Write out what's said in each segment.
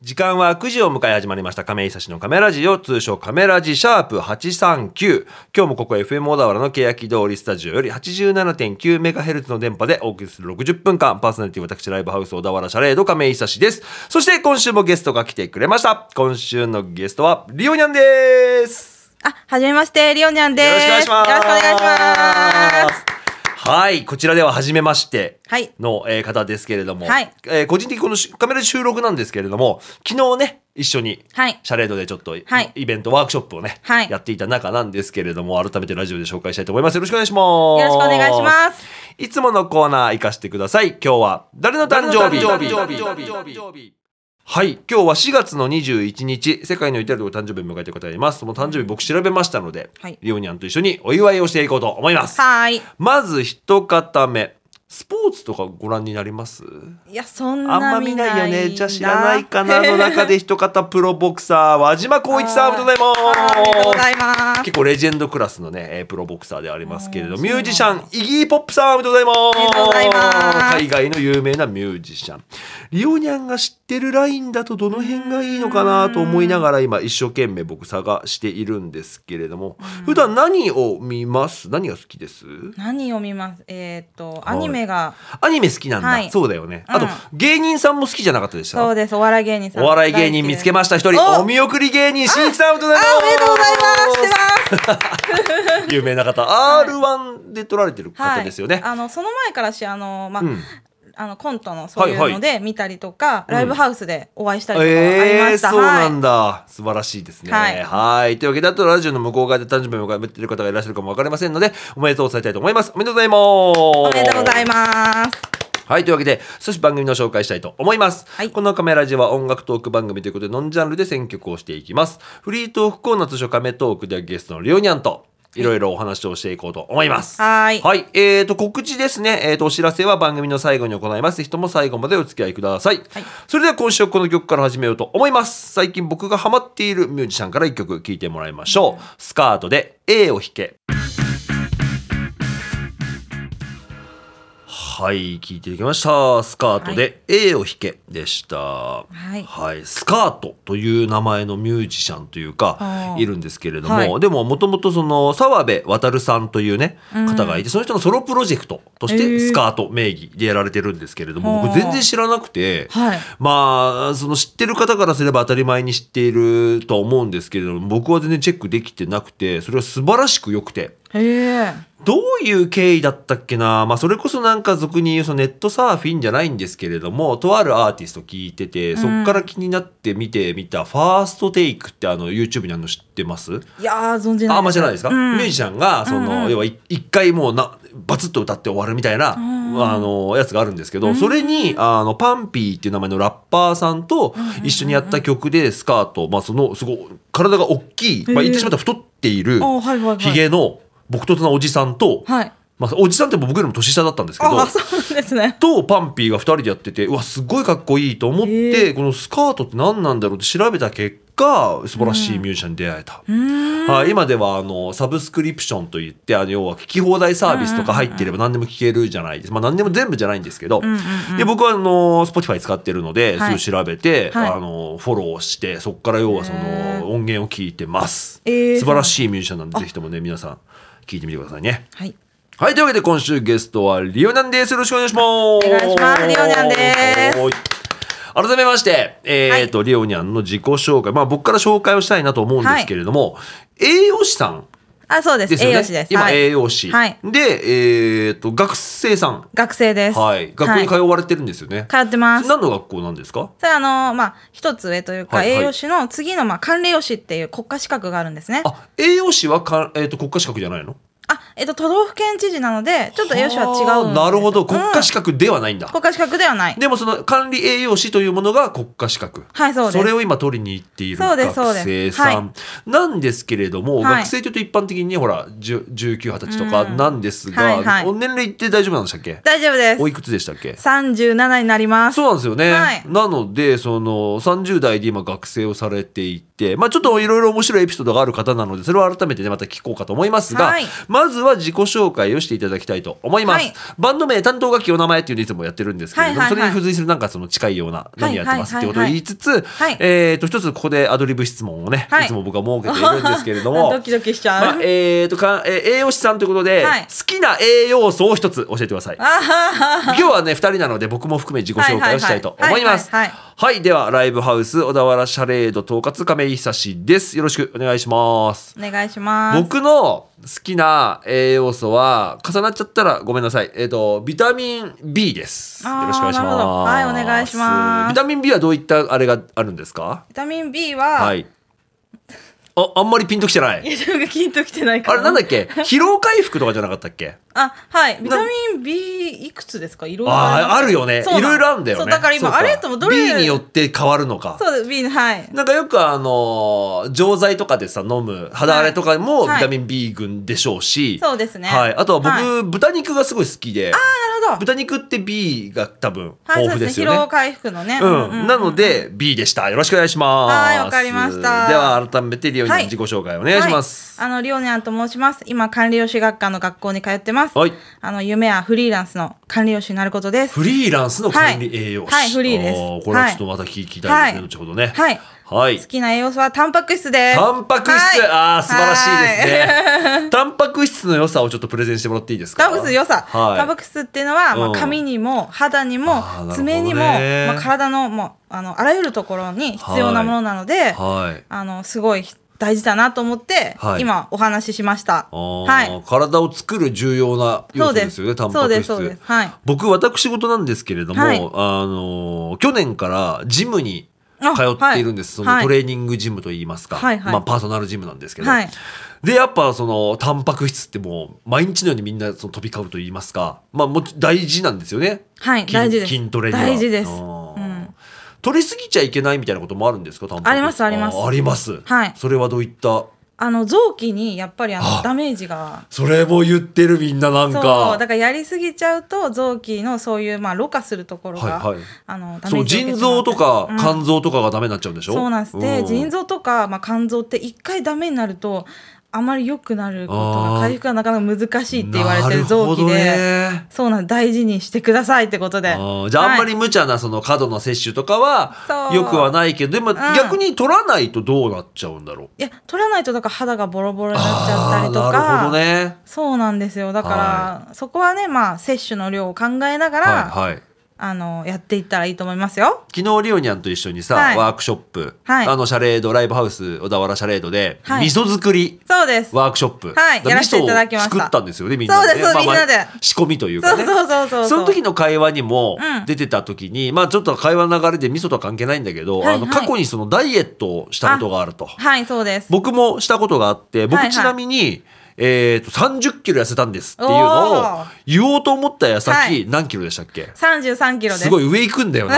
時間は9時を迎え始まりました亀井久志のカメラジオ通称カメラジシャープ839今日もここ FM 小田原の欅通りスタジオより 87.9MHz の電波でお送りする60分間パーソナリティ私ライブハウス小田原シャレード亀井久志ですそして今週もゲストが来てくれました今週のゲストはリオニャンですあ、はじめまして、リオニャンです。よろしくお願いしますよろくお願いしますはいこちらでは初めましてはい。の、えー方ですけれども、はいえー個人的にこのしカメラ収録なんですけれども昨日ね一緒にはいシャレードでちょっと、はいイベントワークショップをね、はいやっていた中なんですけれども改めてラジオで紹介したいと思いますよろしくお願いしますよろしくお願いしますいつものコーナー生かしてください今日は誰の誕生日はい今日は4月の21日世界の至る所で誕生日を迎えている方がいますその誕生日僕調べましたので、はいリオニャンと一緒にお祝いをしていこうと思いますはーい。まず一方目スポーツとかご覧になりますいや、そんあんなま見見ないないよねじゃあ知らないかなのあ中で一方プロボクサー和島光一さんおめでとうごりがとうござざいいまますす。結構レジェンドクラスのねえープロボクサーでありますけれどあーミュージシャンイギー・ポップさんおめでとうございますおめでとうございます海外の有名なミュージシャンリオニャンが知ってるラインだとどの辺がいいのかなと思いながら今一生懸命僕探しているんですけれども普段何を見ます何が好きです何を見ますえーっと、いアニメが、アニメ好きなんだ、はいそうだよね、あとうん芸人さんも好きじゃなかったでしそうたです、お笑い芸人さん。お笑い芸人見つけました一人おお見送り芸人しんいちさんおめでとうご大ざい好きですあ、おめでとうございます。して ます。ます 有名な方 R1 で撮られてる方ですよね、あの、その前からし、あの、まあうん、あの、コントのそういうので見たりとか、んライブハウスでお会いしたりとかありえまえーした。そうなはいんだ、素晴らしいですねははいいというわけであとラジオの向こう側で誕生日を迎えている方がいらっしゃるかもわかりませんのでおめでとうを伝えたいと思いますおめでとうございますおおめでとうございます。はい、というわけで、少し番組の紹介したいと思います。はいこのカメラジは音楽トーク番組ということで、ノンジャンルで選曲をしていきます。フリートークコーナー通称カメトークではゲストのりょうにゃんと、いろいろお話をしていこうと思います。はーいはい。えーと、告知ですね。えーと、お知らせは番組の最後に行います。人も最後までお付き合いください。はいそれでは今週はこの曲から始めようと思います。最近僕がハマっているミュージシャンから一曲聴いてもらいましょう。スカートで A を弾け。はい、聞いていきました。スカートで A を弾けでした。はいスカートという名前のミュージシャンというかあ、ーいるんですけれども、はいでももともとその澤部渉さんというね、方がいて、その人のソロプロジェクトとしへてースカート名義でやられてるんですけれども、はあ僕全然知らなくて、はいまあ、その知ってる方からすれば当たり前に知っているとは思うんですけれども、僕は全然チェックできてなくて、それは素晴らしく良くて、へえ。どういう経緯だったっけな、まあ、それこそなんか俗に言うそのネットサーフィンじゃないんですけれどもとあるアーティスト聞いててそっから気になって見てみた「ファーストテイクってあの YouTube にあるの知ってますいやー、存じない。あんま知らないですか、うんミュージシャンがその、要はい一回もうなバツッと歌って終わるみたいな、あのやつがあるんですけど、それにあのパンピーっていう名前のラッパーさんと一緒にやった曲でスカート、まあ、そのすごい体が大きい、まあ、言ってしまったら太っているあはいはいはいひげの僕となおじさんと、はい。まあ、おじさんって僕よりも年下だったんですけどあ、そうなんですね。とパンピーが2人でやっててうわすごいかっこいいと思って、へこのスカートって何なんだろうって調べた結果素晴らしいミュージシャンに出会えた、うん。はい今ではあのサブスクリプションといってあの要は聞き放題サービスとか入っていれば何でも聞けるじゃないですか、まあ、何でも全部じゃないんですけど、うんうんで僕はあの Spotify 使ってるので、はいすぐ調べて、はいあのフォローしてそこから要はそへーの音源を聞いてます、えー素晴らしいミュージシャンなんでぜひともね皆さん聞いてみてくださいね。はい。はい、というわけで今週ゲストはリオナンです。よろしくお願いします。お願いしますリオニャンですす。改めまして、えーと、リオニャンの自己紹介。まあ僕から紹介をしたいなと思うんですけれども、栄養士さんあ、そうです。ですよ栄ね。養士です。今、はい栄養士。はい。で、えーと、学生さん。学生です。はい。学校に通われてるんですよね。はい通ってます。何の学校なんですかそれあのまあ一つ上というか、はいはい栄養士の次のまあ管理栄養士っていう国家資格があるんですね。ああ、栄養士はか、えーと、国家資格じゃないのえっと都道府県知事なのでちょっと栄養士は違うんです。なるほど。国家資格、格ではないんだ。国家資格ではない。でもその管理栄養士というものが国家資格。はいそうです。それを今取りに行っているそうで学すそうです生さんなんですけれども、はい学生というと一般的にねほら1920歳とかなんですが、うんはいはいお年齢って大丈夫なんでしたっけ大丈夫でおす。いくつでしたっけ三十七になります。そうなんですよね、はいなのでその30代で今学生をされていて、まあ、ちょっといろいろ面白いエピソードがある方なのでそれを改めてねまた聞こうかと思いますが、はいままずは自己紹介をしていただきたいと思います、はいバンド名担当楽器お名前っていうのいつもやってるんですけれども、はいはいはいそれに付随するなんかその近いような何やってますってことを言いつつ、はいえー、と一つここでアドリブ質問をね、はいい、つも僕は設けているんですけれども ドキドキしちゃまあう。えー、とか、えー栄養士さんということで、はい好きな栄養素を一つ教えてください。あは は今日はね、二人なので僕も含め自己紹介をしたいと思います。はいはいはいはい、では、ライブハウス小田原シャレード統括亀井久志です。よろしくお願いします。お願いします。僕の好きな栄養素は、重なっちゃったらごめんなさい。えっ、と、ビタミン B です。あーよろしくお願いしなるほどはいます。お願いしますビタミン B はどういったあれがあるんですかビタミン B は、 はい。あ、あんまりピンときてない。いや、なんかキンときてないかあら。れなんだっけ疲労回復とかじゃなかったっけあ、はい。ビタミン B いくつですかいろいろああ、ありまするよね。いそうなろいろあるんだよね。そう、だから今、そうあれともどれ B によって変わるのか。そうです、B の、はい。なんかよくあのー錠剤とかでさ、飲む肌荒れとかもはいビタミン B 群でしょうし。そうですね。はい。あとは僕、なる豚肉がすごい好きで、ほど。豚肉って B が多分は豊い、そう富でですすね。よね。疲労回復のね。うん、なの、で B でした。よろしくお願いします。はいわかりましたでは改めてリオニのはい自己紹介お願いします。はい、あの、りょうにゃんと申します。今、管理用紙学科の学校に通ってます。はいあの、夢はフリーランスの管理用紙になることです。フリーランスの管理栄養士。はいはいフリーですあこれはちょっとまた聞きたいですね、はい後ほどね。はいはい好。きな栄養素はタンパク質です。タンパク質、はいああ素晴らしいですはね。タンパク質の良さをちょっとプレゼンしてもらっていいですか。タンパク質の良さ、はい、タンパク質っていうのは、まうあ、ん髪にも肌にもあーなるほどね爪にも、まあ、体のもうあのあらゆるところに必要なものなので、はい。あのすごい大事だなと思って、はい今お話ししました。あーはい、体を作る重要な要素ですよね、タそンうパクです質。そうですそうですはい僕、私事なんですけれども、はいあのー去年からジムに通あっているんです。はいそのはいトレーニングジムといいますか、はいはいまあパーソナルジムなんですけど。はいで、やっぱその、タンパク質ってもう、毎日のようにみんなその飛び交うといいますか、まあもち大事なんですよね。はい筋大事です筋トレには。大事ですあーうん取りすぎちゃいけないみたいなこともあるんですかタンパク質ありますありますーあります。はいそれはどういったあの臓器にやっぱりあのあダメージがそれも言ってるみんななんそうかだ。からやりすぎちゃうと臓器のそういうまあろ過するところが、はいはいあのダメそうージを受腎けてしま臓ってとかうん肝臓とかがダメになっちゃうんでしょ、そうなんですで腎臓臓とか、まあ、肝臓って一回ダメになるとあまり良くなることあーが回復がなかなか難しいって言われてる臓器で、ねそうなんです大事にしてくださいってことであーじゃあ、はいあんまり無茶なその過度の摂取とかはそうよくはないけどでもん逆に取らないとどうなっちゃうんだろう、いや取らないとだから肌がボロボロになっちゃったありーとなかるほどねそうなんですよだから、そこはねまあ摂取の量を考えながら、はいはいあのやっていったらいいと思いますよ。昨日リオニャンと一緒にさ、はいワークショップ、はいあのシャレードライブハウス小田原シャレードで、はい味噌作りそうです。ワークショップ、はいだからやらせていただきまし味た噌を作ったんですよねみんなそうですそうみんなで仕込みというそかうねそうそうそう。その時の会話にもうん出てた時に、まあちょっと会話の流れで味噌とは関係ないんだけど、はいあのはい過去にそのダイエットをしたことがあると。はいそうです。僕もしたことがあって、はい僕はいちなみに、えっ、と、30キロ痩せたんですっていうおのをー言おうと思った矢先、はい何キロでしたっけ三十三キロです。すごい上行くんだよ ね。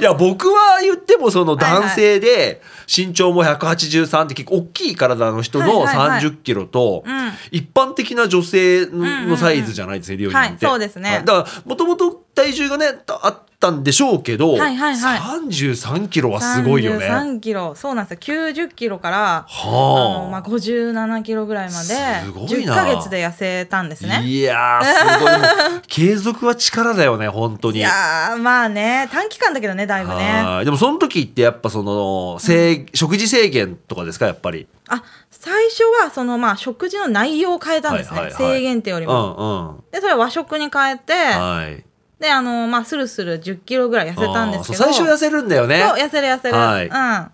いや、僕は言ってもその男性で、身長も183って結構大きい体の人のはいはいはい30キロとうん、一般的な女性んうんうのんサイズじゃないですね、リオニャンって。はいそうですねはいだから、もともと体重がね、あったんでしょうけど、はいはいはい33キロはすごいよね。は三キロ、そうなんですよ。九十キロから。あのまあ、あ。 57キロぐらいますごでい10なヶ月で痩せたんですねいやー、すごい。でも継続は力だよね、本当いに。やーまあね短期間だけどねだいぶねはいでもその時ってやっぱその、制食事制限とかですかやっぱり。あ最初はそのまあ食事の内容を変えたんですね、はいはいはい制限ってようんりうん。も、でそれは和食に変えて、はい。であのまあスルスル1 0キロぐらい痩せたんですけどあーそう最初痩せるんだよね。そう痩せる痩せる、はいうん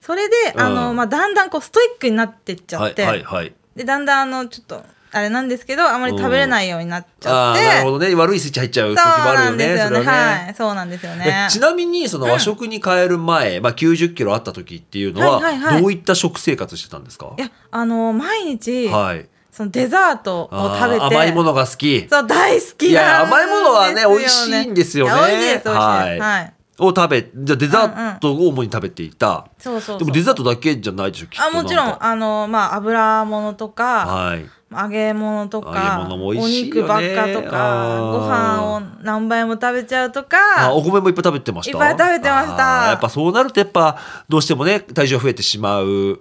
それであの、うんまあ、だんだんこうストイックになってっちゃはっいて、はいはい。でだんだんあのちょっとあれなんですけどあまり食べれないようになっちゃあっあて、ー、なるほどね。悪いスイッチ入っちゃう時もあるよね。そうなんですよれね。はね。はい、そうなんですよねえ。ちなみにその和食に変える前、まあ90キロあった時っていうのは、はいはいはいどういった食生活してたんですかいや、あの毎日、はいそのデザートをあ食べて、ー甘いものが好きそう大好きなんですよ、いね。や甘いものはね美味しいんですよねいや美味しいです、美味しいです。ははいい。を食べじゃあデザートを主に食べていた、そうそうそう。でもデザートだけじゃないでしょきっとあもちろなんんかあのまあ油物とかはい揚げ物とか揚げ物もお美味しいよね肉ばっかとあかーご飯を何杯も食べちゃうとあかお米もいっぱい食べてましたいっぱい食べてましたあーやっぱそうなるとやっぱどうしてもね体重が増えてしまう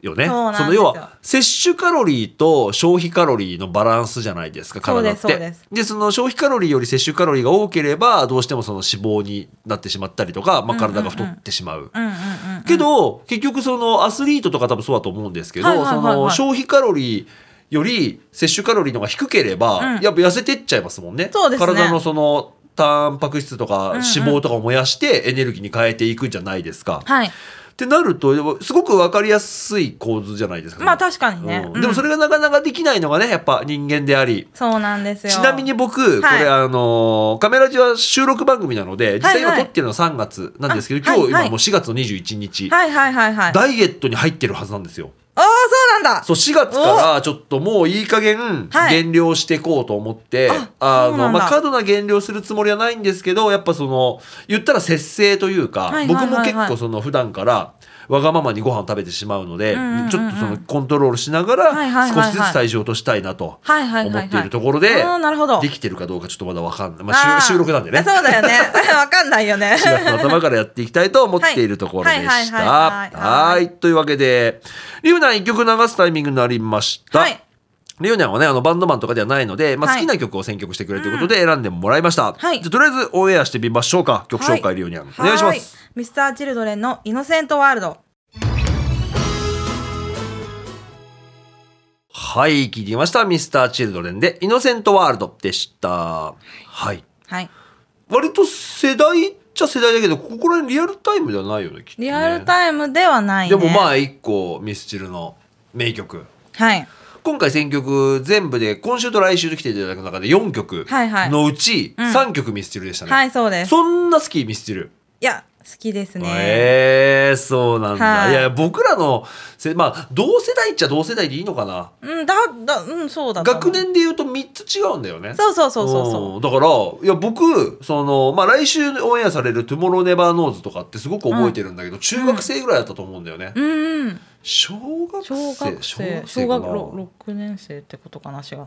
よね。そうなんですよの要は摂取カロリーと消費カロリーのバランスじゃないですか体って。そうですそうですその消費カロリーより摂取カロリーが多ければどうしてもその脂肪になってしまったりとか、まあ、体が太ってしまう。うんうんうんうんけど結局そのアスリートとか多分そうだと思うんですけど、はいはいはいはいその消費カロリーより摂取カロリーの方が低ければ、うんやっぱ痩せてっちゃいますもんね。そうですね体のそのタンパク質とかんうん脂肪とかを燃やしてエネルギーに変えていくんじゃないですか。はいってなるとすごく分かりやすい構図じゃないですか。まあ確かにねうんうんでもそれがなかなかできないのがねやっぱ人間でありそうなんですよちなみに僕、はいこれあのーカメラジは収録番組なので実際今はいは撮っいてるのは3月なんですけど、あ今日、はいはい今もう4月の21日、はいはいはいはいダイエットに入ってるはずなんですよ。ああそうなんだそう4月からちょっともういい加減はい減量していこうと思って、ああそうのなんだまあ、過度な減量するつもりはないんですけどやっぱその言ったら節制というか、はいはいはいはい僕も結構その普段からわがままにご飯を食べてしまうので、うんうんうんうんちょっとそのコントロールしながはいらはいはいは少いしずつ体重を落としたいなとはいはいはい思はいっているところで、あーなるほどできてるかどうかちょっとまだわかんない、まあ、収収録なんであねーそうだよね わかんない よね4月の頭からやっていきたいと思っているところではいはしいた。はいはいはいははいい。というわけで、リュウナン一曲流すタイミングになりました。はいリュウナンはね、あの、バンドマンとかではないので、まあ、は好いきな曲を選曲してくれということで選んでもらいました。はいじゃあとりあえずオンエアしてみましょうか。曲紹介、リュウナン。お願いします。ミスターチルドレンのイノセントワールドはい、聞きました。ミスターチルドレンで、イノセントワールドでした。はい。はい割と世代っちゃ世代だけど、ここら辺リアルタイムではないよね、きっとねリアルタイムではないねでもまああ、一個、ミスチルの名曲。はい今回選曲全部で今週と来週と来ていただく中で4曲はいはいのうちうん3曲ミスチルでしたね、はいそうですそんな好きミスチルいや好きですねええー、そうなんだ、、はいいや僕らのせまあ同世代っちゃ同世代でいいのかなうんだだうんそうだと思う学年で言うと3つ違うんだよねそうそうそうそうそうんだからいや僕その、まあ、来週オンエアされる「トゥモローネバーノーズとかってすごく覚えてるんだけど、中学生ぐらいだったと思うんだよね、ううんうん小学小生学生小小学学生かな六年生ってことかなしが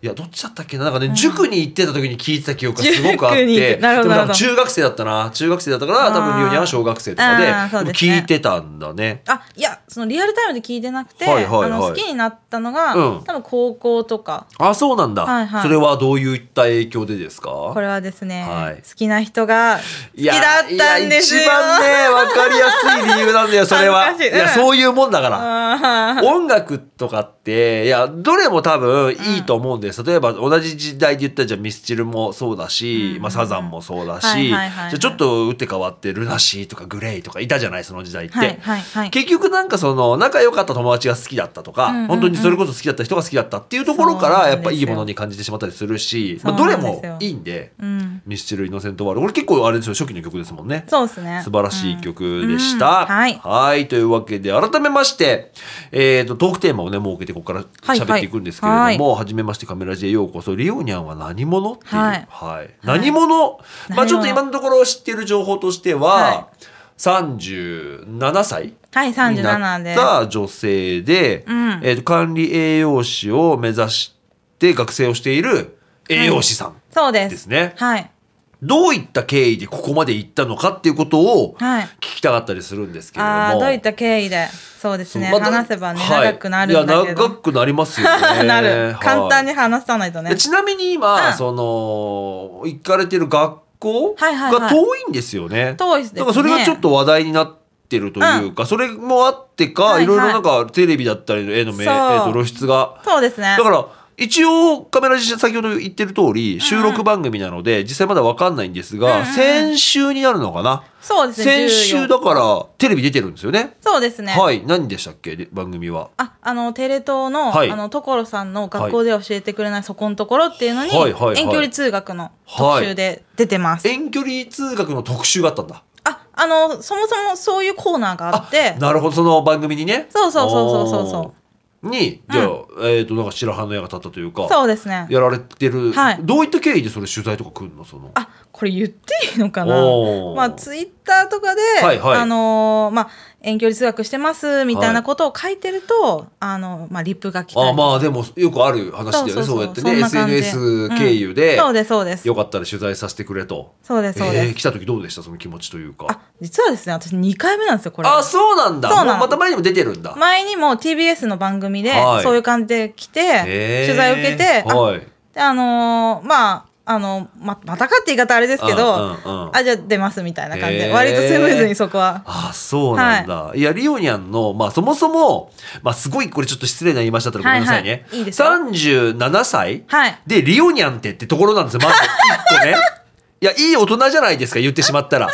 いやどっちだったっけななんかね、塾に行ってた時に聞いてた記憶がすごくあっ塾に行てってなるほでもど多分なるほ中学生だったな中学生だったからあー多分リュウニャンは小学生とかであーそうでもですね聞いてたんだねあいやそのリアルタイムで聞いてなくて、はいはいはいあの好きになったのが、うん多分高校とかあそうなんだ、はいはいそれはどういった影響でですかこれはですね、はい好きな人が好いきやだったんですよいや一番ねわかりやすい理由なんだよそれは、恥ずかしいいやそういうもんだからあー音楽とかっていやどれも多分いいと思うんです、例えば同じ時代で言ったらじゃあミスチルもそうだし、うんまあ、サザンもそうだし、はいはいはいはいじゃあちょっと打って変わってルナシーとかグレイとかいたじゃないその時代って、はいはいはい結局なんかその仲良かった友達が好きだったとか、うんうんうん本当にそれこそ好きだった人が好きだったっていうところかそうらなんやですよっぱいいものに感じてしまったりするし、まあ、そどうれなんですよもいいんで うんミスチルイノセントワールド俺結構あれですよ初期の曲ですもんねそうですね素晴らしい曲でしうんた。うんはいというわけで、改めまして、えっ、と、トークテーマをね、設けて、ここからはい喋っていくんですけれども、ははいじめまして、カメラジへようこそ、リオニャンは何者っていう。ははいい。何者まあ何者ちょっと今のところ知っている情報としては、はい37歳はいにな37っでた女性で、うんえー、と管理栄養士を目指して学生をしている栄養士さんそうですですね。はいどういった経緯でここまで行ったのかっていうことをはい聞きたかったりするんですけれども。ああーどういった経緯でそうですそうね、まあ話せばね、はい長くなるんだけいや長どくなりますよね。 なはいる簡単に話さないとねでちなみに今、うんその行かれてる学校はいはいはいが遠いんですよね。遠いですねなんかそれがちょっと話題になってるというか、それもあってか、はいいはろいいろなんかテレビだったりの絵のめ、えそうーと露出がそうですねだから一応カメラ実写先ほど言ってる通り収録番組なので実際まだ分かんないんですが、うんうん先週になるのかな、そうですね先週14だからテレビ出てるんですよねそうですねはい何でしたっけで番組はああのテレ東の,、はいあの所さんの学校では教えてくれないそこのところっていうのに、はいはいはい遠距離通学の特集で出てます、遠距離通学の特集があったんだああのそもそもそういうコーナーがあってなるほどその番組にねそうそうそうそうそうそううにじゃあ、えっ、となんか白羽の矢が立ったというかそうですねやられてる、はいどういった経緯でそれ取材とか来るのそのあこれ言っていいのかなおーまあツイッターとかで、はいはいあのーまあ遠距離通学してますみたいなことを書いてると、あのまあリップが来たりあまあでもよくある話だよねそうやってねんな感じ SNS 経由で,、うんそうですそうですよかったら取材させてくれとそうですそうですえー来た時どうでしたその気持ちというかあ実はですね私2回目なんですよこれあそうなんだそうなのもうまた前にも出てるんだ、前にも TBS の番組で、はいそういう感じで来てへー取材を受けてあはいであのーまああのままたかって言い方あれですけど、うんうんうんあじゃあ出ますみたいな感じで、へー割とスムーズにそこはあそうなんだ、い、やリオニャンの、まあ、そもそも、まあ、すごいこれちょっと失礼な言いましたったらごめんなさいね、はいはいいいですよ37歳、はいでリオニャンってってところなんですよまず一個ね いやいい大人じゃないですか言ってしまったら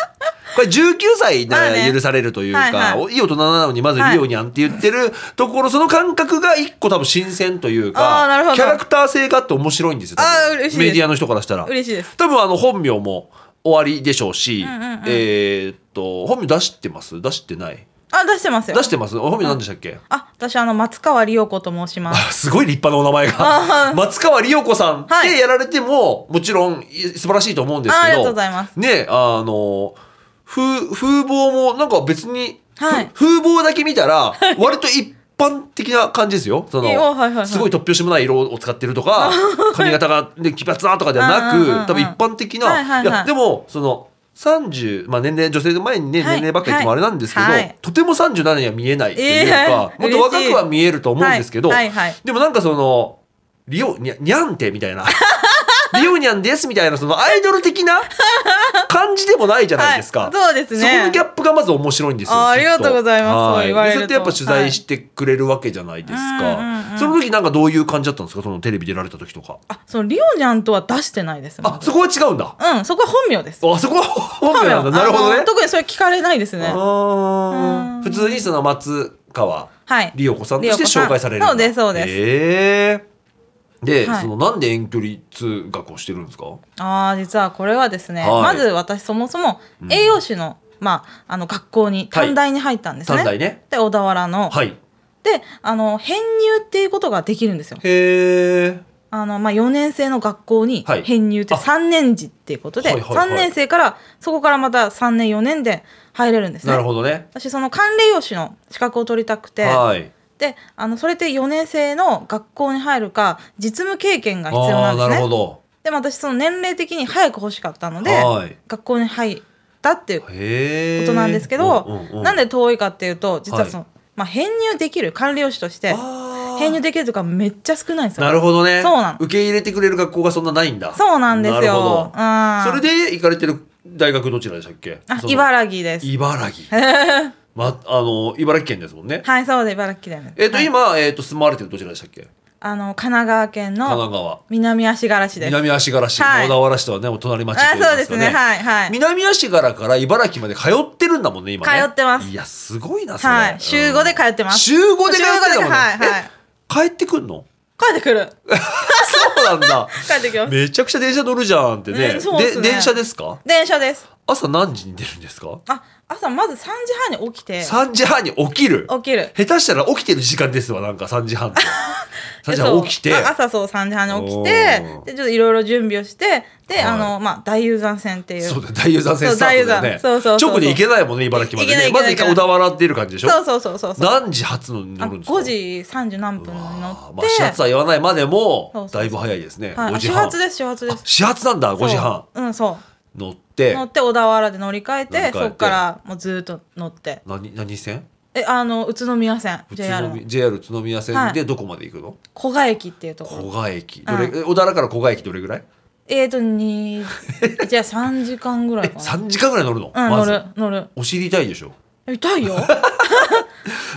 これ19歳まあでね許されるというか、はいいはいい、大人なのにまずリオニャンって言ってるところ、その感覚が一個多分新鮮というあーなるほかどキャラクター性があって面白いんですよ多分あー嬉しいですメディアの人からしたら嬉しいです多分あの本名も終わりでしょうし、んうんうんえーっと本名出してます出してないあ出してますよ出してます本名何でしたっけ、あ私あの松川里代子と申しますあすごい立派なお名前あが。松川里代子さんっはいてやられても、もちろんい素晴らしいと思うんですけど。あありがとうございますね、あの、風、風貌もなんか別に、ふはい風貌だけ見たら、割と一般的な感じですよ。その、えおはいはいはいすごい突拍子もない色を使ってるとか、髪型が、ね、奇抜なとかではなうんうんうんうんく、多分一般的な、はいはいはいやでも、その、30、まあ、年齢、女性の前にね、はい年齢ばっかり言ってもあれなんですけど、はいとても37には見えないっていうか、えーもっと若嬉くしいは見えると思うんですけど、はいはいはいでもなんかその、リオ、にゃにゃんてみたい な。リオニャンですみたいな、そのアイドル的な感じでもないじゃないですか。はいそうですねそこのギャップがまず面白いんですよ。きっあーありがとうございますはそう言われでそるとれってやっぱ取材してくれるわけじゃないですはいうんうんうか。んその時なんかどういう感じだったんですかそのテレビ出られた時とか。あそのリオニャンとは出してないですあ、まずそこは違うんだ。うんそこは本名ですあ、そこは本名なんだ。なるほどあねの。特にそれ聞かれないですねあうんー普通にその松川はい理代子さんとして理代子さん紹介されるんだそうですそうですへーで、はいそのなんで遠距離通学をしてるんですかああ実はこれはですね、はいまず私そもそも栄養士の、まああの学校に短大に入ったんですね。短大ねで小田原の、はいであの編入っていうことができるんですよ。へえあのまあ4年生の学校にはい編入ってあ3年次っていうことで、はいはいはい3年生からそこからまた3年4年で入れるんですね。なるほどね私その管理栄養士の資格を取りたくて、はいであのそれって4年生の学校に入るか実務経験が必要あなあーんでなすねる。ほどでも私その年齢的に早く欲しかったのではい学校に入ったっていうこへえとなんですけど、なんで遠いかっていうと実ははいその、まあ、編入できる管理用紙として編入入できるとかめっちゃ少ないんですよ。なるほどねそうなの受け入れてくれる学校がそんなないんだそうなんですよるほどうんそれで行かれてる大学どちらでしたっけあその茨城です。茨 城まあの茨城県ですもんねはいそうで茨城県です。えっと、はい今、えっと、住まわれてるどちらでしたっけ神あの神奈川県の奈川。南足柄市です。南足柄市、は小い田原市とはね、お隣町とあ言いまそうですねはいはい。南足柄から茨城まで通ってるんだもんね、今ね。通ってますいや、すごいな、それ。はい、週5で通ってます。週5で通ってるもんね。はいはい。え帰ってくん の帰ってくそる。うなんだ。帰ってきま す。めちゃくちゃ電車乗るじゃんってね。ねそうですね電車ですか電車です。朝何時に出るんですかあ朝まず3時半に起きて ?3 時半に起きる。起きる。下手したら起きてる時間ですわ、なんか3時半っ て。3時そ半う起きて。あ朝そう3時半に起きておーでちょっといろいろ準備をしてで、はいあのまあ大雄山線っていうそうだ、大雄山線そうスタートだよね。大雄山そうそうそう直に行けないもんね、茨城まで行けなね。い行まけなずい一回小田原出る感じでしょそうそうそうそうそう何時発のにあ乗るんですか5時30何分に乗あーっまあ、始発て、は言わないまでそうそうも、そうだいぶ早いですね。はい5あ時始半。発です始発であす始発なんだ、5時半。そううんそ乗っうて乗、って小田原で乗り換えて乗り換えてそこからもうずーっと乗って何、何線えあの宇都宮線宇都 JR の宮 JR 宇都宮は線いでどこまで行くの古賀駅っていうところ古賀駅。うんどれ、え小田原から古賀駅どれぐらいえーと2 じゃあ3時間ぐらいか ?3 時間ぐらい乗るのな、うん、ま乗ずる。乗るお尻痛いでしょ。痛 いよ、うん、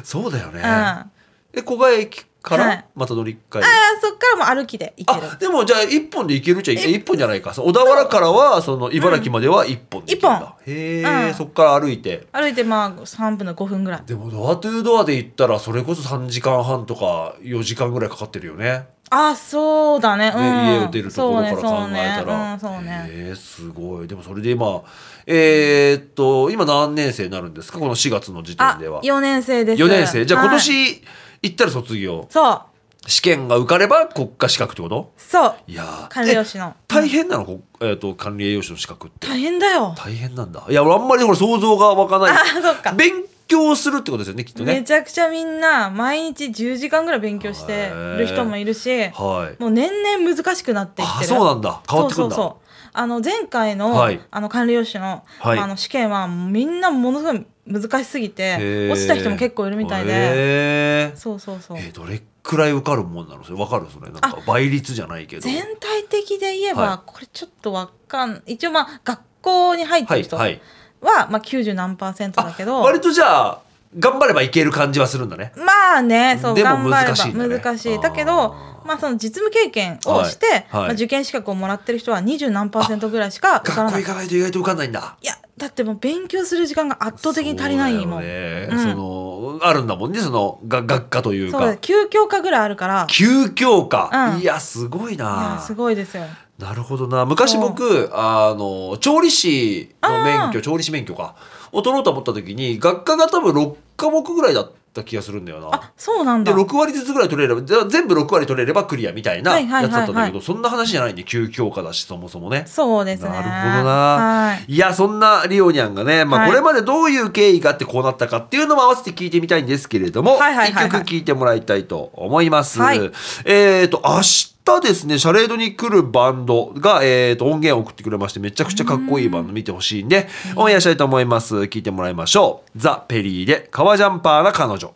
そうだよね。あえ、古賀駅かはいらまた乗り換えるーそっからもう歩きで行けるあでもじゃあ一本で行けるじゃんえ一本じゃないかその小田原からはその茨城までは一本で行けるんだ、へえ、うんそっから歩いて歩いてまあ3分の5分ぐらいでもドアトゥードアで行ったらそれこそ3時間半とか4時間ぐらいかかってるよね、あそうだねうんね家を出るところから考えたらそうねそうね,、うん、そうねへえすごいでもそれで今えーっと今何年生になるんですかこの4月の時点あでは4年生です4年生じゃあ今はい年行ったら卒業、そう試験が受かれば国家資格ってことそういやー管理栄養士のえ大変なの、こえー、と管理栄養士の資格って大変だよ大変なんだいや俺あんまりほら想像が湧かないあそっか勉強するってことですよねきっとめねちゃくちゃみんな毎日10時間ぐらい勉強してる人もいるしはいもう年々難しくなっていってあるそうなんだ変わってくんだそうそうそうあの前回の,、はいあの管理用紙の,、はいあの試験はみんなものすごい難しすぎへてー落ちた人も結構いるみたいでへーそうそうそうえーどれくらい受かるもんなのそれ分かるそれなんか倍率じゃないけど全体的で言えば、はいこれちょっとわかん一応まあ学校に入ってはいる人は、はいまあ、90何パーセントだけどあ割とじゃあ頑張ればいける感じはするんだねまあねそうでも頑張れ難ばしいんだね難しあーいだけどまあその実務経験をして、はいはいまあ、受験資格をもらってる人は20何パーセントぐらいしか受から学校ない行かないと意外と受かんないんだいやだってもう勉強する時間が圧倒的に足りないそもんうだよねうんそのあるんだもんねそのが学科というそうだかよ9教科ぐらいあるから急教科、うんいやすごいいなやすごいですよなるほどな昔僕あの調理師の免許調理師免許かを取ろうと思った時に学科が多分6科目ぐらいだった気がするんだよなあそうなんでだ6割ずつぐらい取れればじゃあ全部6割取れればクリアみたいなはやいつはいはいはいだったんだけどそんな話じゃないんで急強化だしそもそもね。そうですねなるほどな、はいい、やそんなリオニャンがね、まあ、はいこれまでどういう経緯があってこうなったかっていうのも合わせて聞いてみたいんですけれども一、はいはいはいはい曲聞いてもらいたいと思います。はいえっ、と明日ですねシャレードに来るバンドが、えー、と音源を送ってくれましてめちゃくちゃかっこいいバンド見てほしいんでオンエアしたいと思います聞いてもらいましょう「ザ・ペリー」で「革ジャンパーな彼女」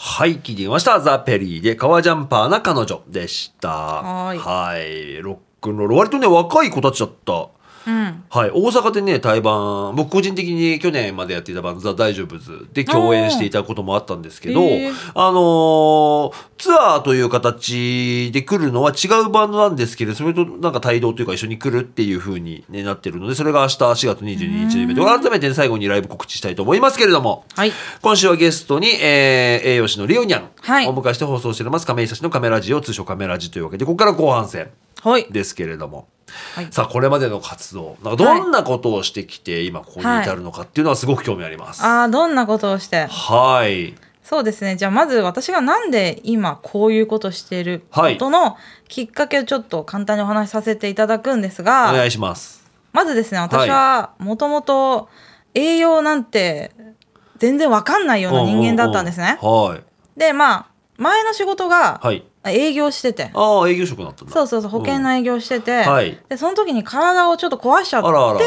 はい、聞いてみました。ザ・ペリーで、革ジャンパーな彼女でした。はーいはいロックンロール。割とね、若い子たちだった。はうんい、大阪でね、対バン、僕個人的に去年までやっていたバンド、ザ・大丈夫ズで共演していたこともあったんですけど、おーへーあのーツアーという形で来るのは違うバンドなんですけれど、それとなんか帯同というか一緒に来るっていう風に、ね、なってるので、それが明日4月22日で、改めて最後にライブ告知したいと思いますけれども、はい今週はゲストに、えー、栄養士のリオニャン、はいをお迎えして放送しております亀井久志のカメラジオ通称カメラジというわけでここから後半戦はいですけれども、はいさあこれまでの活動なんかどんなことをしてきて、今ここに至るのかっていうのはすごく興味あります。はいあーどんなことをしてはいそうですねじゃあまず私がなんで今こういうことしていることのきっかけをちょっと簡単にお話しさせていただくんですおが、願いします。まずですね私はもともと栄養なんて全然わかんないような人間だったんですね。うんうんうんはいでまあ前の仕事がはい。営業してて、ああ営業職になったんだ。そうそうそう保険の営業してうて、んはいでその時に体をちょっと壊しちゃってあらあら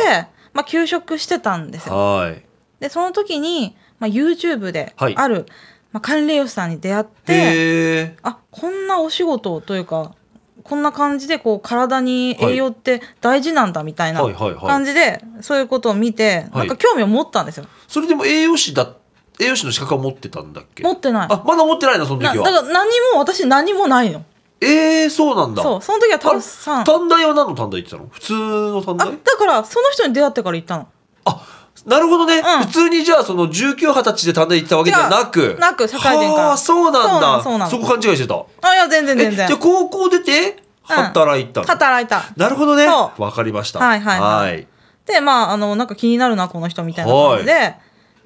まあ、休職してたんですよ。はい。でその時に、まあ、YouTube ではいある、まあ、管理栄養士さんに出会ってへえ。あこんなお仕事というかこんな感じでこう体に栄養って大事なんだみたいなはいはいはい感じでそういうことを見てはいなんか興味を持ったんですよ。それでも栄養士だ栄養士の資格は持ってたんだっけ？持ってない。あまだ持ってないなそのな時だは。から何も私何もないの。ええー、そうなんだ。そうその時はタロスさん。あ短大は何の短大行ってたの普通の短だ大からその人に出会ってから行ったの。あなるほどね、ん普通にじゃあその19、20歳で短大行ってたわけではな違くうなく社会人からはあそうなんだそうなのそうなのこ勘違いしてたあいや全然え全然じゃあ。高校出て働いたの、働いた。なるほどねそわかりましたはいはいはいはいでまああのなんか気になるなこの人みたいな感じで、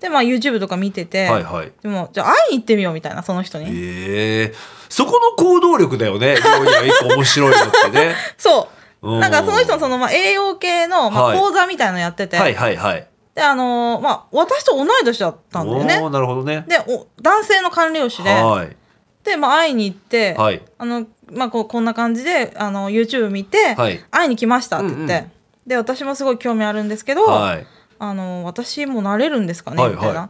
でまあ YouTube とか見てて、はいはいでもじゃあ会いに行ってみようみたいなその人に。ええそこの行動力だよ ね料理は一個面白いのってねそう。うんなんかその人のその、まあ、栄養系の、まはあ、い講座みたいなのやってて、はいはいはいであのーまあ私と同い年だったんだよおーね。なるほどねでお男性の管理用紙で、はいでまあ会いに行って、はいあのまあこうこんな感じであの YouTube 見て、はい会いに来ましたって言って、うんで私もすごい興味あるんですけど、はいあの私もなれるんですかねはいみたいはいな「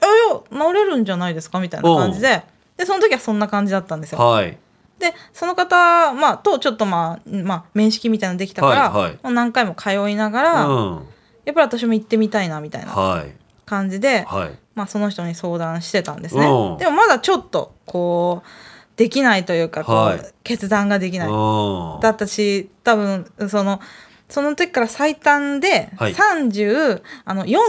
やいやなれるんじゃないですか」みたいな感じででその時はそんな感じだったんですよ。はいでその方、まあ、とちょっと、まあまあ、面識みたいなのできたから、はいはいもう何回も通いながうら、やっんぱり私も行ってみたいなみたいなはい感じで、はいまあ、その人に相談してたんですね。うんでもまだちょっとこうできないというかこう、はい決断ができない。うんだったし多分そのその時から最短ではい34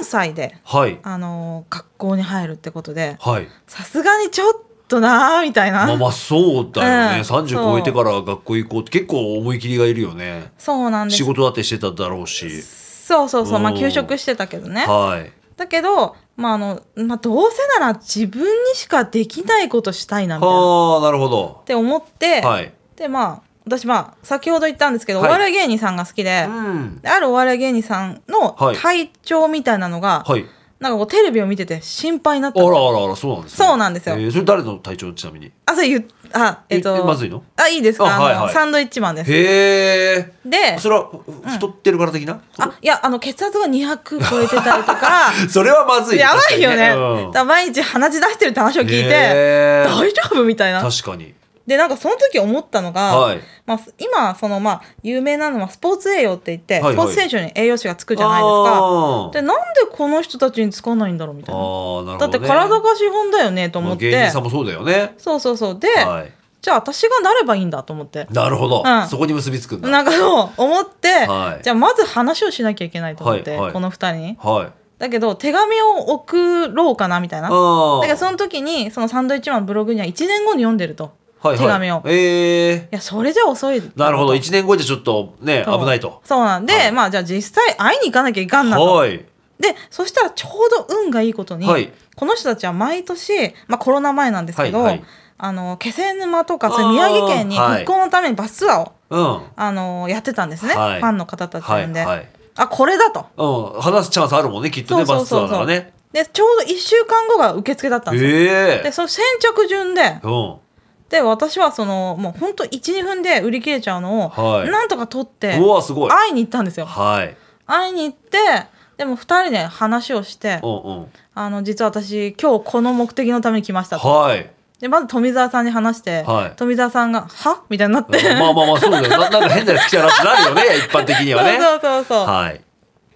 歳で、はいあの学校に入るってことではいさすがにちょっとなーみたいな、まあまあそうだよね、うん30そ超うえてから学校行こうって結構思い切りがいるよねそうなんです仕事だってしてただろうしそうそうそうまあうん休職してたけどねはいだけどまああのまあ、どうせなら自分にしかできないことしたいなみたいなっはあなるほどて思って、はいでまあ私まあ先ほど言ったんですけど、はいお笑い芸人さんが好きで、うんであるお笑い芸人さんのはい体調みたいなのが、はいなんかこうテレビを見てて心配になっあたらあらあらそうなんです、そうなんですよえーそれ誰の体調ちなみにあそれ言っあえっえとまずいのあいいですかああのはいはいサンドイッチマンですへえでそれはふ太ってるから的な、あいやあの血圧が200超えてたりとかそれは まずいやばいよね確かにうんだから毎日鼻血出してるって話を聞いてへー大丈夫みたいな確かにでなんかその時思ったのが、はいまあ、今そのまあ有名なのはスポーツ栄養って言って、はいはいスポーツ選手に栄養士がつくじゃないですかあーでなんでこの人たちにつかないんだろうみたいなあーなるほど、ね、だって体が資本だよねとま思あっ芸人てさんもそうだよねそうそうそうで、はいじゃあ私がなればいいんだと思ってなるほど、うんそこに結びつくんだなんかそう思って、はいじゃあまず話をしなきゃいけないと思って、はいはいこの二人にはいだけど手紙を送ろうかなみたいなだあけどそのの時にそのサンドイッチマンのブログには1年後に読んでると手紙をええいやそれじゃ遅いなるほど1年後じゃちょっとねそう危ないとそうなんで、はいまあじゃあ実際会いに行かなきゃいかんなとはいでそしたらちょうど運がいいことに、はいこの人たちは毎年、まあ、コロナ前なんですけど、はいはいあの気仙沼とかあーそういう宮城県にはい復興のためにバスツアーを、うんはあのやってたんですね、はいファンの方たちなんいで、はいあこれだとうん話すチャンスあるもんねきっとねそうバそうスツアそーなうそらうねでちょうど1週間後が受付だったんですよ、ええでその先着順でうんで私はそのもうほんと12分で売り切れちゃうのを、はいなんとか取ってうわすごい会いに行ったんですよはい会いに行ってでも2人で話をしてうんうんあの実は私今日この目的のために来ましたとはいでまず富澤さんに話して、はい富澤さんが「は?」みたいになって、うんまあまあまあそうだよな なんか変なやつ来たなってなるよね一般的にはね そうそうそうそう、はい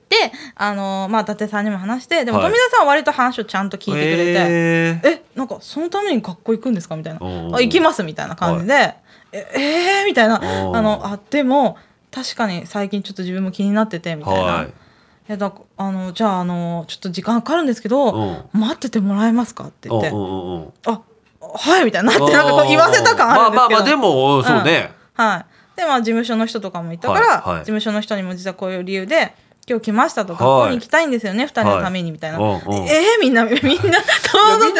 であのまあ伊達さんにも話してでもはい富澤さんは割と話をちゃんと聞いてくれて、えええなんかそのために学校行くんですかみたいな「おうおうあ行きます」みたいな感じで「ええーみたいな「おうあのあでも確かに最近ちょっと自分も気になってて」みたいな「はいいやだあのじゃああのちょっと時間かかるんですけどう待っててもらえますか?」ってん言ってうんうんうんうん「あはい」みたいになってなんかこう言わせた感あるんですけど、まあまあまあでもうんそうね、はい、でまあ事務所の人とかもいたかはら、いはい事務所の人にも実はこういう理由で「今日来ました」とか「はいここに行きたいんですよね2人のために」みたいな「うんうんえー、みんなみんな戸惑いやみんっな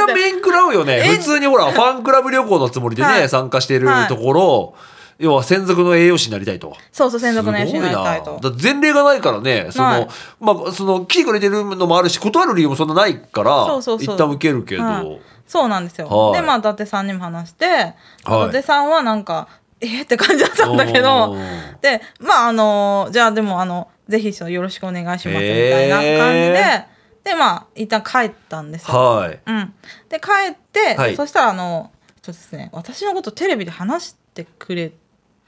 てて。面食らうよねえ普通にほらファンクラブ旅行のつもりでね、はい参加しているところ、要は専属の栄養士になりたいと。そうそう専属のやつになりたいすごとなだって前例がないからねその、はいまあその来てくれてるのもあるし断る理由もそんなないからそうそうそう一旦受けるけど、はいそうなんですよ、はいでまあ伊達さんにも話して、はい伊達さんはなんかえー、って感じだったんだけおどーでまああのじゃあでもあのぜひそのよろしくお願いしますみたいな感じで、へでまあ一旦帰ったんですよ、はいうん、で帰って、はいそしたらあのそうですね私のことテレビで話してくれ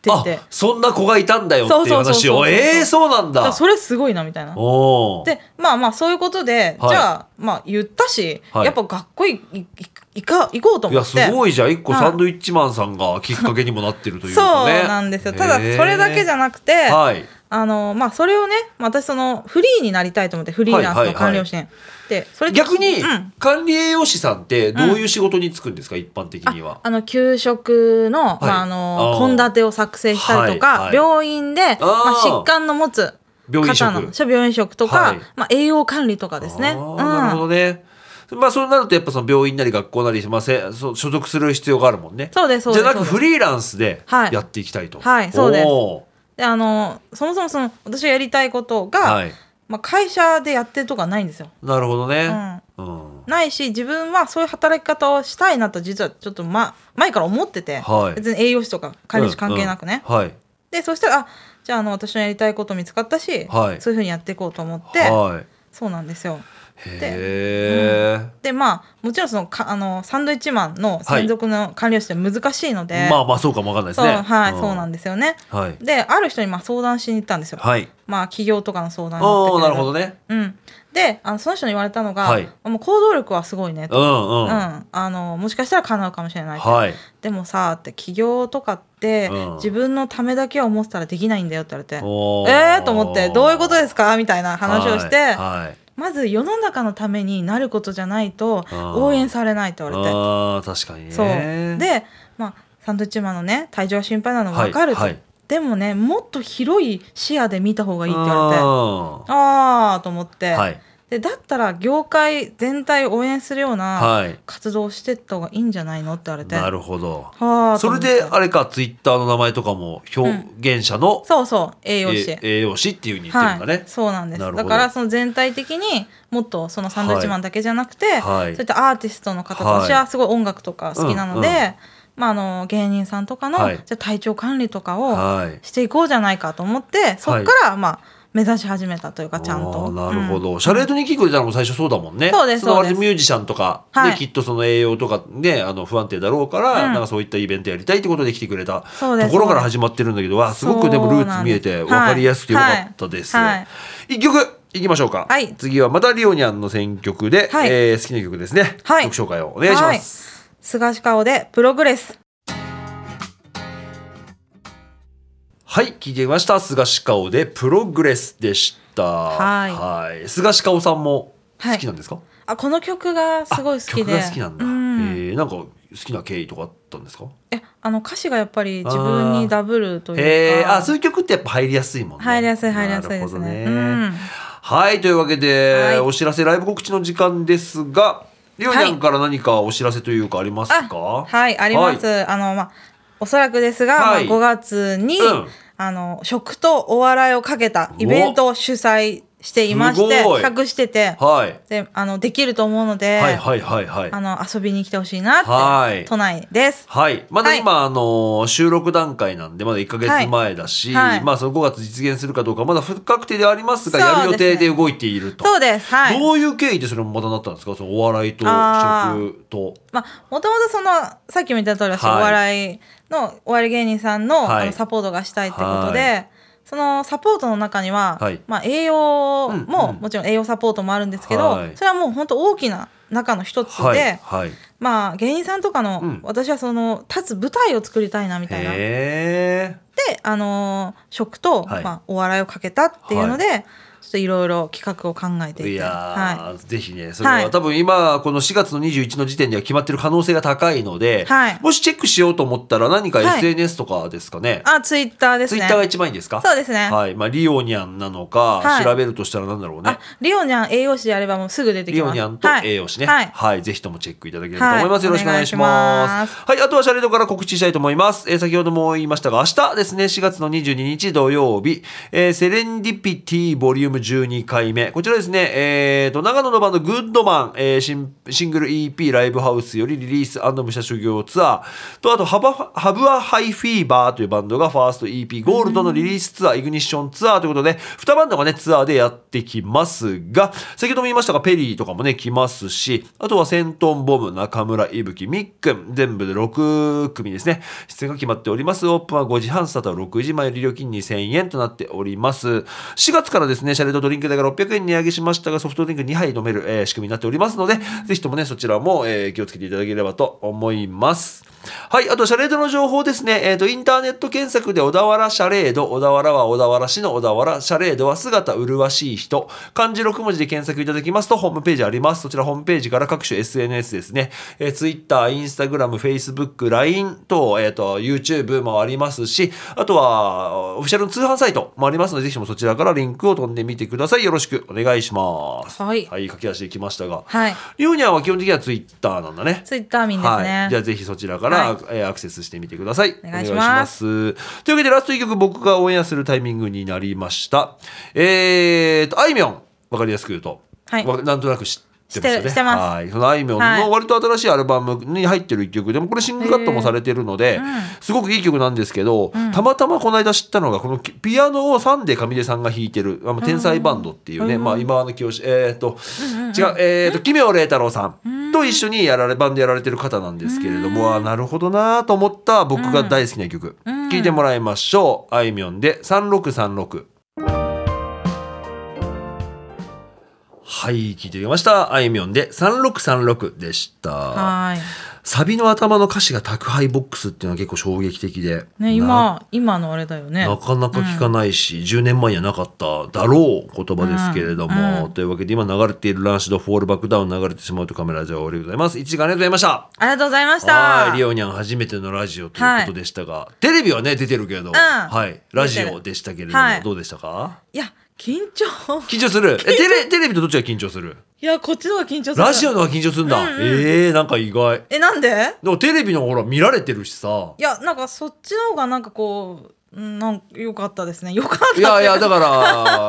てあてそんな子がいたんだよっていうそうそうそう話そうをえー、そうなんだからだそれすごいなみたいな。おーでまあまあそういうことで、はいじゃあまあ言ったし、はいやっぱ学校いいいか行こうとい思やっすてごいじゃん一個はいサンドイッチマンさんがきっかけにもなってるというそうかねなんですよただそれだけじゃなくて、へーはいあのまあそれをねまあ私そのフリーになりたいと思ってフリーランスの管理をして、でそれで逆にうん管理栄養士さんってどういう仕事に就くんですか、一般的にはあ。あの給食の、いまあ、ああのー献立を作成したりとか、はいはい病院でまあ、疾患の持つ病院食方のそう病院食とか、はいまあ、栄養管理とかですね。あうんーなるほどね。まあそうなるとやっぱその病院なり学校なりまあせそう所属する必要があるもんね。そうですそうじでゃすなくそうフリーランスではいやっていきたいと。はいそうですおですであのそもそもその私がやりたいことが、ーはい。まあ、会社でやってるとかないんですよ。なるほどうね。んうん。ないし自分はそういう働き方をしたいなと実はちょっと、ま、前から思ってて、はい別に栄養士とか管理士関係なくね、うんうんはい。でそしたらあじゃああの私のやりたいこと見つかったし、はいそういうふうにやっていこうと思って、はい。そうなんですよへえ。でまあもちろんそのかあのサンドイッチマンの専属の管理をして難しいので、まあまあそうかもわかんないですそうね。はい、そうなんでですよねす。はい。である人にまあ相談しに行ったんですよ、はい。まあ企業とかの相談に乗おっおなてくれるほどね。うん、であのその人に言われたのが、はいもう行動力はすごいねうと、んううんん。あのもしかしたら叶うかもしれないと、はい。でもさって企業とかって、うん自分のためだけを思ってたらできないんだよって言われておーえー、と思ってどういうことですかみたいな話をして、はいはいまず世の中のためになることじゃないとうん応援されないって言われてあー確かにねそうで、まあ、サンドウィッチマンのね体調が心配なの分かると、はいはいでもねもっと広い視野で見た方がいいって言われてああーと思って、ーはいででだったら業界全体を応援するようなはい。活動をしてった方がいいんじゃないのって言われてなるほど。はあそれで、あれか、ツイッターの名前とかも、表現者のそうそう栄養士え栄養士っていう風に言ってるんだはい、ね。そうなんですなるほどだからその全体的にもっとそのサンドウィッチマンだけじゃなくて、はいそういったアーティストの方と、はい私はすごい音楽とか好きなので、うんうんまあ、あの芸人さんとかの、はいじゃあ体調管理とかをはい。していこうじゃないかと思って、そっから、まあ、目指し始めたというかちゃんと。あーなるほうんど。シャレートに聞くたのも最初そうだもんね。そうですのそうですミュージシャンとか、はいねきっとその栄養とかね、あの不安定だろうから、うんなんかそういったイベントやりたいってことで来てくれたとそうですころから始まってるんだけど、わあすごくでもルーツ見えてそうな分かんですりやすくてよかったです。はいはい一曲いきましょうか、はい次はまたリオニャンの選曲で、はいえー好きな曲ですね、はい曲紹介をお願いします。はい、菅氏顔でプログレスはい、聞いてみました。菅氏顔でプログレスでした。はいはい。菅氏顔さんも好きなんですか、あこの曲がすごい好きであ曲が好きなんだ、うんえーなんか好きな経緯とかあったんですかえあの歌詞がやっぱり自分にダブルというかへえー、あそういう曲ってやっぱ入りやすいもんね入りやすい入りやすいですねなるほどね、うんはいというわけで、はいお知らせライブ告知の時間ですがりょうにゃはんいから何かお知らせというかありますかあはい、あります。はあの、まあ、おそらくですが、はいまあ、5月に、うんあの、食とお笑いをかけたイベントを主催していまして、すごい企画してて、はいで、あの、できると思うので、はいはいはいはいあの、遊びに来てほしいなって、はい都内です。はい。まだはい今、あのー収録段階なんで、まだ1ヶ月前だし、はいはいまあその5月実現するかどうか、まだ不確定ではありますが、やるそう予ですね定で動いていると。そうです。はい。どういう経緯でそれもまたなったんですかそのお笑いとあー食と。まあ、もともとその、さっきも言った通り、私、はいお笑いの、お笑い芸人さんの,、はいあのサポートがしたいってことで、はそのサポートの中には、はいまあ、栄養も、うんうんもちろん栄養サポートもあるんですけど、はいそれはもう本当大きな中の一つで、はい。はい。まあ、芸人さんとかの、うん私はその、立つ舞台を作りたいなみたいな。で、へえ。あのー食と、はいまあ、お笑いをかけたっていうので、ちょっといろいろ企画を考えていて。いはやー、ぜひね、それは、はい多分今、この4月の21の時点では決まってる可能性が高いので、はいもしチェックしようと思ったら何かはい SNS とかですかね。い、あ、ツイッターですツね。イッターが一番いいですかそうですねはい。まあ、リオニャンなのか、はい調べるとしたらなんだろうねあ。リオニャン栄養士であればもうすぐ出てきリまオすニャンと栄養士ね。は、はいい。はいぜひともチェックいただければと思います。はいよろしくお願いしま。お願いしますすはい。あとはシャレードから告知したいと思います。えー先ほども言いましたが、明日ですね、4月の22日土曜日、えーセレンディピティボリューム12回目。こちらですね、えーと、長野のバンドグッドマン、えーシンシングル EP ライブハウスよりリリース武者修行ツアーと、あとハバ、ハブアハイフィーバーというバンドがファースト EP ゴールドのリリースツアー、イグニッションツアーということで、2バンドがね、ツアーでやってきますが、先ほども言いましたが、ペリーとかもね、来ますし、あとはセントンボム、中村いぶき、みっくん、全部で6組ですね。出演が決まっております。オープンは5時半スタートは6時前、料金2000円となっております。4月からですね、シャレードドリンク代が600円値上げしましたが、ソフトドリンク2杯飲める、えー仕組みになっておりますので、ぜひともね、そちらも、えー気をつけていただければと思います。はい、あと、シャレードの情報ですね。えっ、と、インターネット検索で小田原シャレード、小田原は小田原市の小田原、シャレードは姿麗しい人、漢字6文字で検索いただきますと、ホームページあります。そちらホームページから各種 SNS ですね、えー、Twitter、Instagram、Facebook、LINE 等、えっ、と、YouTube もありますし、あとは、オフィシャルの通販サイトもありますので、ぜひともそちらからリンクを飛んでみてください。よろしくお願いします。はいはい、駆け足できましたが。はい、リオニャンは基本的には Twitter なんだね。ツイッター民ですね、はい、じゃあぜひそちらから、はいえーアクセスしてみてください。お願いしますお願いしますというわけでラスト1曲僕がオンエアするタイミングになりました。えーとあいみょんわかりやすく言うと、はいわなんとなく知ってますよ知っね。てしてますはいそのあいみょんはいの割と新しいアルバムに入ってる一曲でもこれシングルカットもされてるので、へーうんすごくいい曲なんですけど、たまたまこの間知ったのがこのきピアノをサンデー神出さんが弾いてるあの天才バンドっていうね、うんまあ今和の清志えーと、違うえーと奇妙麗太郎さんと一緒にやられバンドやられてる方なんですけれども、あーなるほどなーと思った僕が大好きな曲、うん聞いてもらいましょうあいみょんで3636。はい、聞いてみました。あいみょんで3636でした。はいサビの頭の歌詞が宅配ボックスっていうのは結構衝撃的で。ね、今今のあれだよねななかなか聞かないし、10年前にはなかっただろう言葉ですけれども、うんうんというわけで今流れているランシドフォールバックダウン流れてしまうとカメラじゃ終わりでございます。一時間ありがとうございまし。ありがとうございましたたはい、リオニャン初めてのラジオということでしたが、テレビはね出てるけど、んはい、ラジ出てオるでしたけれども、はいどうでしたか？いや緊張 緊張するえテレテレビとどっちが緊張するいやこっちの方が緊張するラジオの方が緊張するんだ、うんうんえー、なんか意外えなんででもテレビのほら見られてるしさいやなんかそっちの方がなんかこううんなんか良かったですね良かったいやいやだか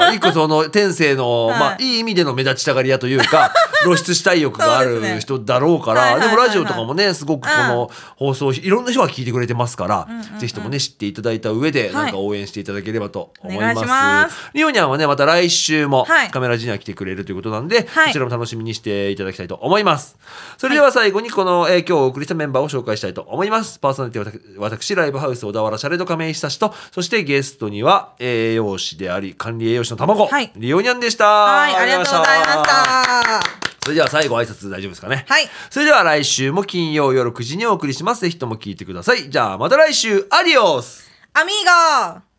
ら一個その天性の、 はいまあ、いい意味での目立ちたがり屋というか露出したい欲があそうでするね人だろうかはいらはいではいもはいラジオとかもねすごくこの放送いろんな人が聞いてくれてますから、うんうんぜひともね知っていただいた上で、いなんか応援していただければと思いますお願いしますリオニャンはねまた来週もはいカメラジには来てくれるということなんで、はいこちらも楽しみにしていただきたいと思いますそれでは最後にこの、えー今日お送りしたメンバーを紹介したいと思いますパーソナリティは私私ライブハウス小田原シャレド亀井久志とそしてゲストには栄養士であり管理栄養士の卵、はいリオニャンでしたはいありがとうございましたそれでは最後挨拶大丈夫ですかねはいそれでは来週も金曜夜9時にお送りしますぜひとも聞いてくださいじゃあまた来週アディオスアミーゴ